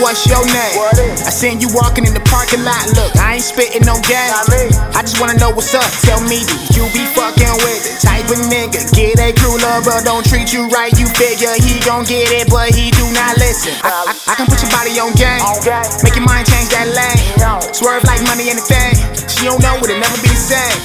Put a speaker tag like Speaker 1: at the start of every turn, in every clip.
Speaker 1: what's your name?
Speaker 2: What is?
Speaker 1: I seen you walking in the parking lot. Look, I ain't spitting no game.
Speaker 2: Not me.
Speaker 1: I just wanna know what's up. Tell me, do you be fucking with the type of nigga? Get a crew love, but don't treat you right. You figure he gon' get it, but he do not listen. I, I, I can put your body on game.
Speaker 2: On game.
Speaker 1: Make your mind change that lane.
Speaker 2: Yo.
Speaker 1: Swerve like money in the thing. She don't know it'll never be the same.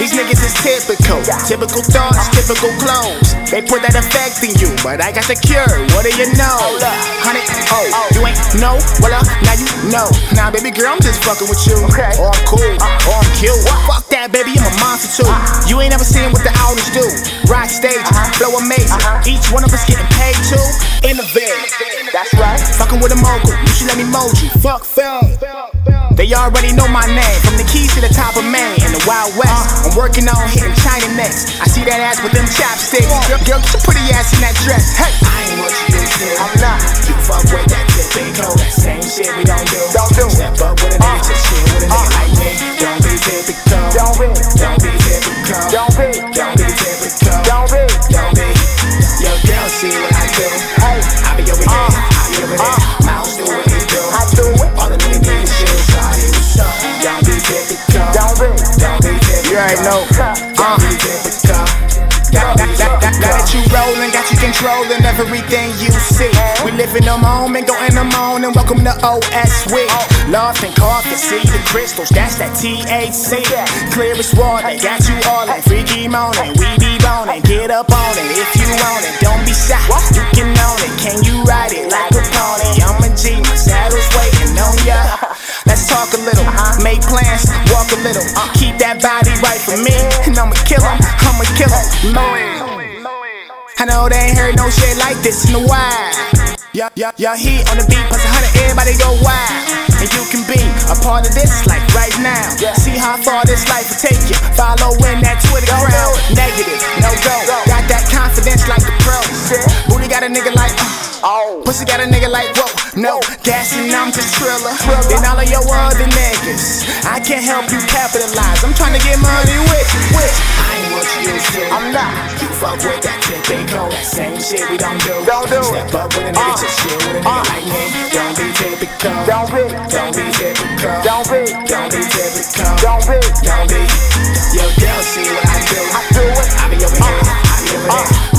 Speaker 1: These niggas is typical.
Speaker 2: Yeah.
Speaker 1: Typical thoughts, typical clones. They put that effect in you, but I got the cure. What do you know?
Speaker 2: Hold up.
Speaker 1: Honey, oh, you ain't know. Well, uh, now you know. Now, baby girl, I'm just fucking with you.
Speaker 2: Okay.
Speaker 1: Or I'm cool, or I'm cute. Fuck that, baby, I'm a monster too. You ain't never seen what the owners do. Rock stages, flow amazing. Each one of us getting paid too. Innovate.
Speaker 2: That's right.
Speaker 1: Fucking with a mogul, you should let me mold you. Fuck film. They already know my name. From the keys to the top of Maine in the Wild West. I'm working on hitting China next. I see that ass with them chopsticks. Girl, girl get your pretty ass in that dress. Hey, I ain't what you used to. I'm not. You fuck with that tip and go. That same shit we don't do.
Speaker 2: Don't do.
Speaker 1: Step up with a nigga,
Speaker 2: Uh.
Speaker 1: just chill with a nigga
Speaker 2: Uh.
Speaker 1: like me. Don't be typical.
Speaker 2: Don't be.
Speaker 1: Don't be typical.
Speaker 2: Don't be.
Speaker 1: Don't be typical.
Speaker 2: Don't be.
Speaker 1: Don't be. Yo, girl, see what I do.
Speaker 2: Hey.
Speaker 1: I be over
Speaker 2: Uh.
Speaker 1: there. I be over there.
Speaker 2: Uh.
Speaker 1: Mouse do what he do.
Speaker 2: I do it.
Speaker 1: All the niggas need to chill, shawty, what's up? Don't be difficult.
Speaker 2: Don't be.
Speaker 1: Don't be difficult.
Speaker 2: You already know. Uh-huh.
Speaker 1: Don't be difficult. Now now- now- now- now that you rolling, got you controlling everything you see. We live in the moment, go in the morning. Welcome to OS week. Love and coffee, see the crystals, that's that THC. Clear as water, got you all in. Freaky moaning, we be boning. Get up on it if you want it. Don't be shy, you can own it. Can you ride it like a pony? I'm a G, my saddle's waiting on ya. Let's talk a little, make plans, walk a little. Keep that body right for me, and I'ma kill him, I'ma kill him. I know they ain't heard no shit like this in a while. Y'all, y'all, y'all heat on the beat, plus a hundred, everybody go wild. And you can be a part of this like right now. See how far this life will take you. Follow in that Twitter crowd. Negative, no go. Got that confidence like the pros. Booty got a nigga like, uh,
Speaker 2: Oh.
Speaker 1: pussy got a nigga like, whoa, no. Gas and I'm just triller. Then all of your other niggas. I can't help you capitalize. I'm trying to get money with you. With you. I ain't what you used to.
Speaker 2: I'm not.
Speaker 1: You fuck with that tip and go that same shit we don't do.
Speaker 2: Don't do
Speaker 1: Step
Speaker 2: it.
Speaker 1: up with a nigga,
Speaker 2: Uh.
Speaker 1: just chill with a nigga
Speaker 2: Uh.
Speaker 1: like me. Don't be typical.
Speaker 2: Don't be.
Speaker 1: Don't be typical.
Speaker 2: Don't be.
Speaker 1: Don't be typical.
Speaker 2: Don't be.
Speaker 1: Don't be. Yo, girl, see what I do.
Speaker 2: I do it.
Speaker 1: I be over here. I be over
Speaker 2: Uh.
Speaker 1: there.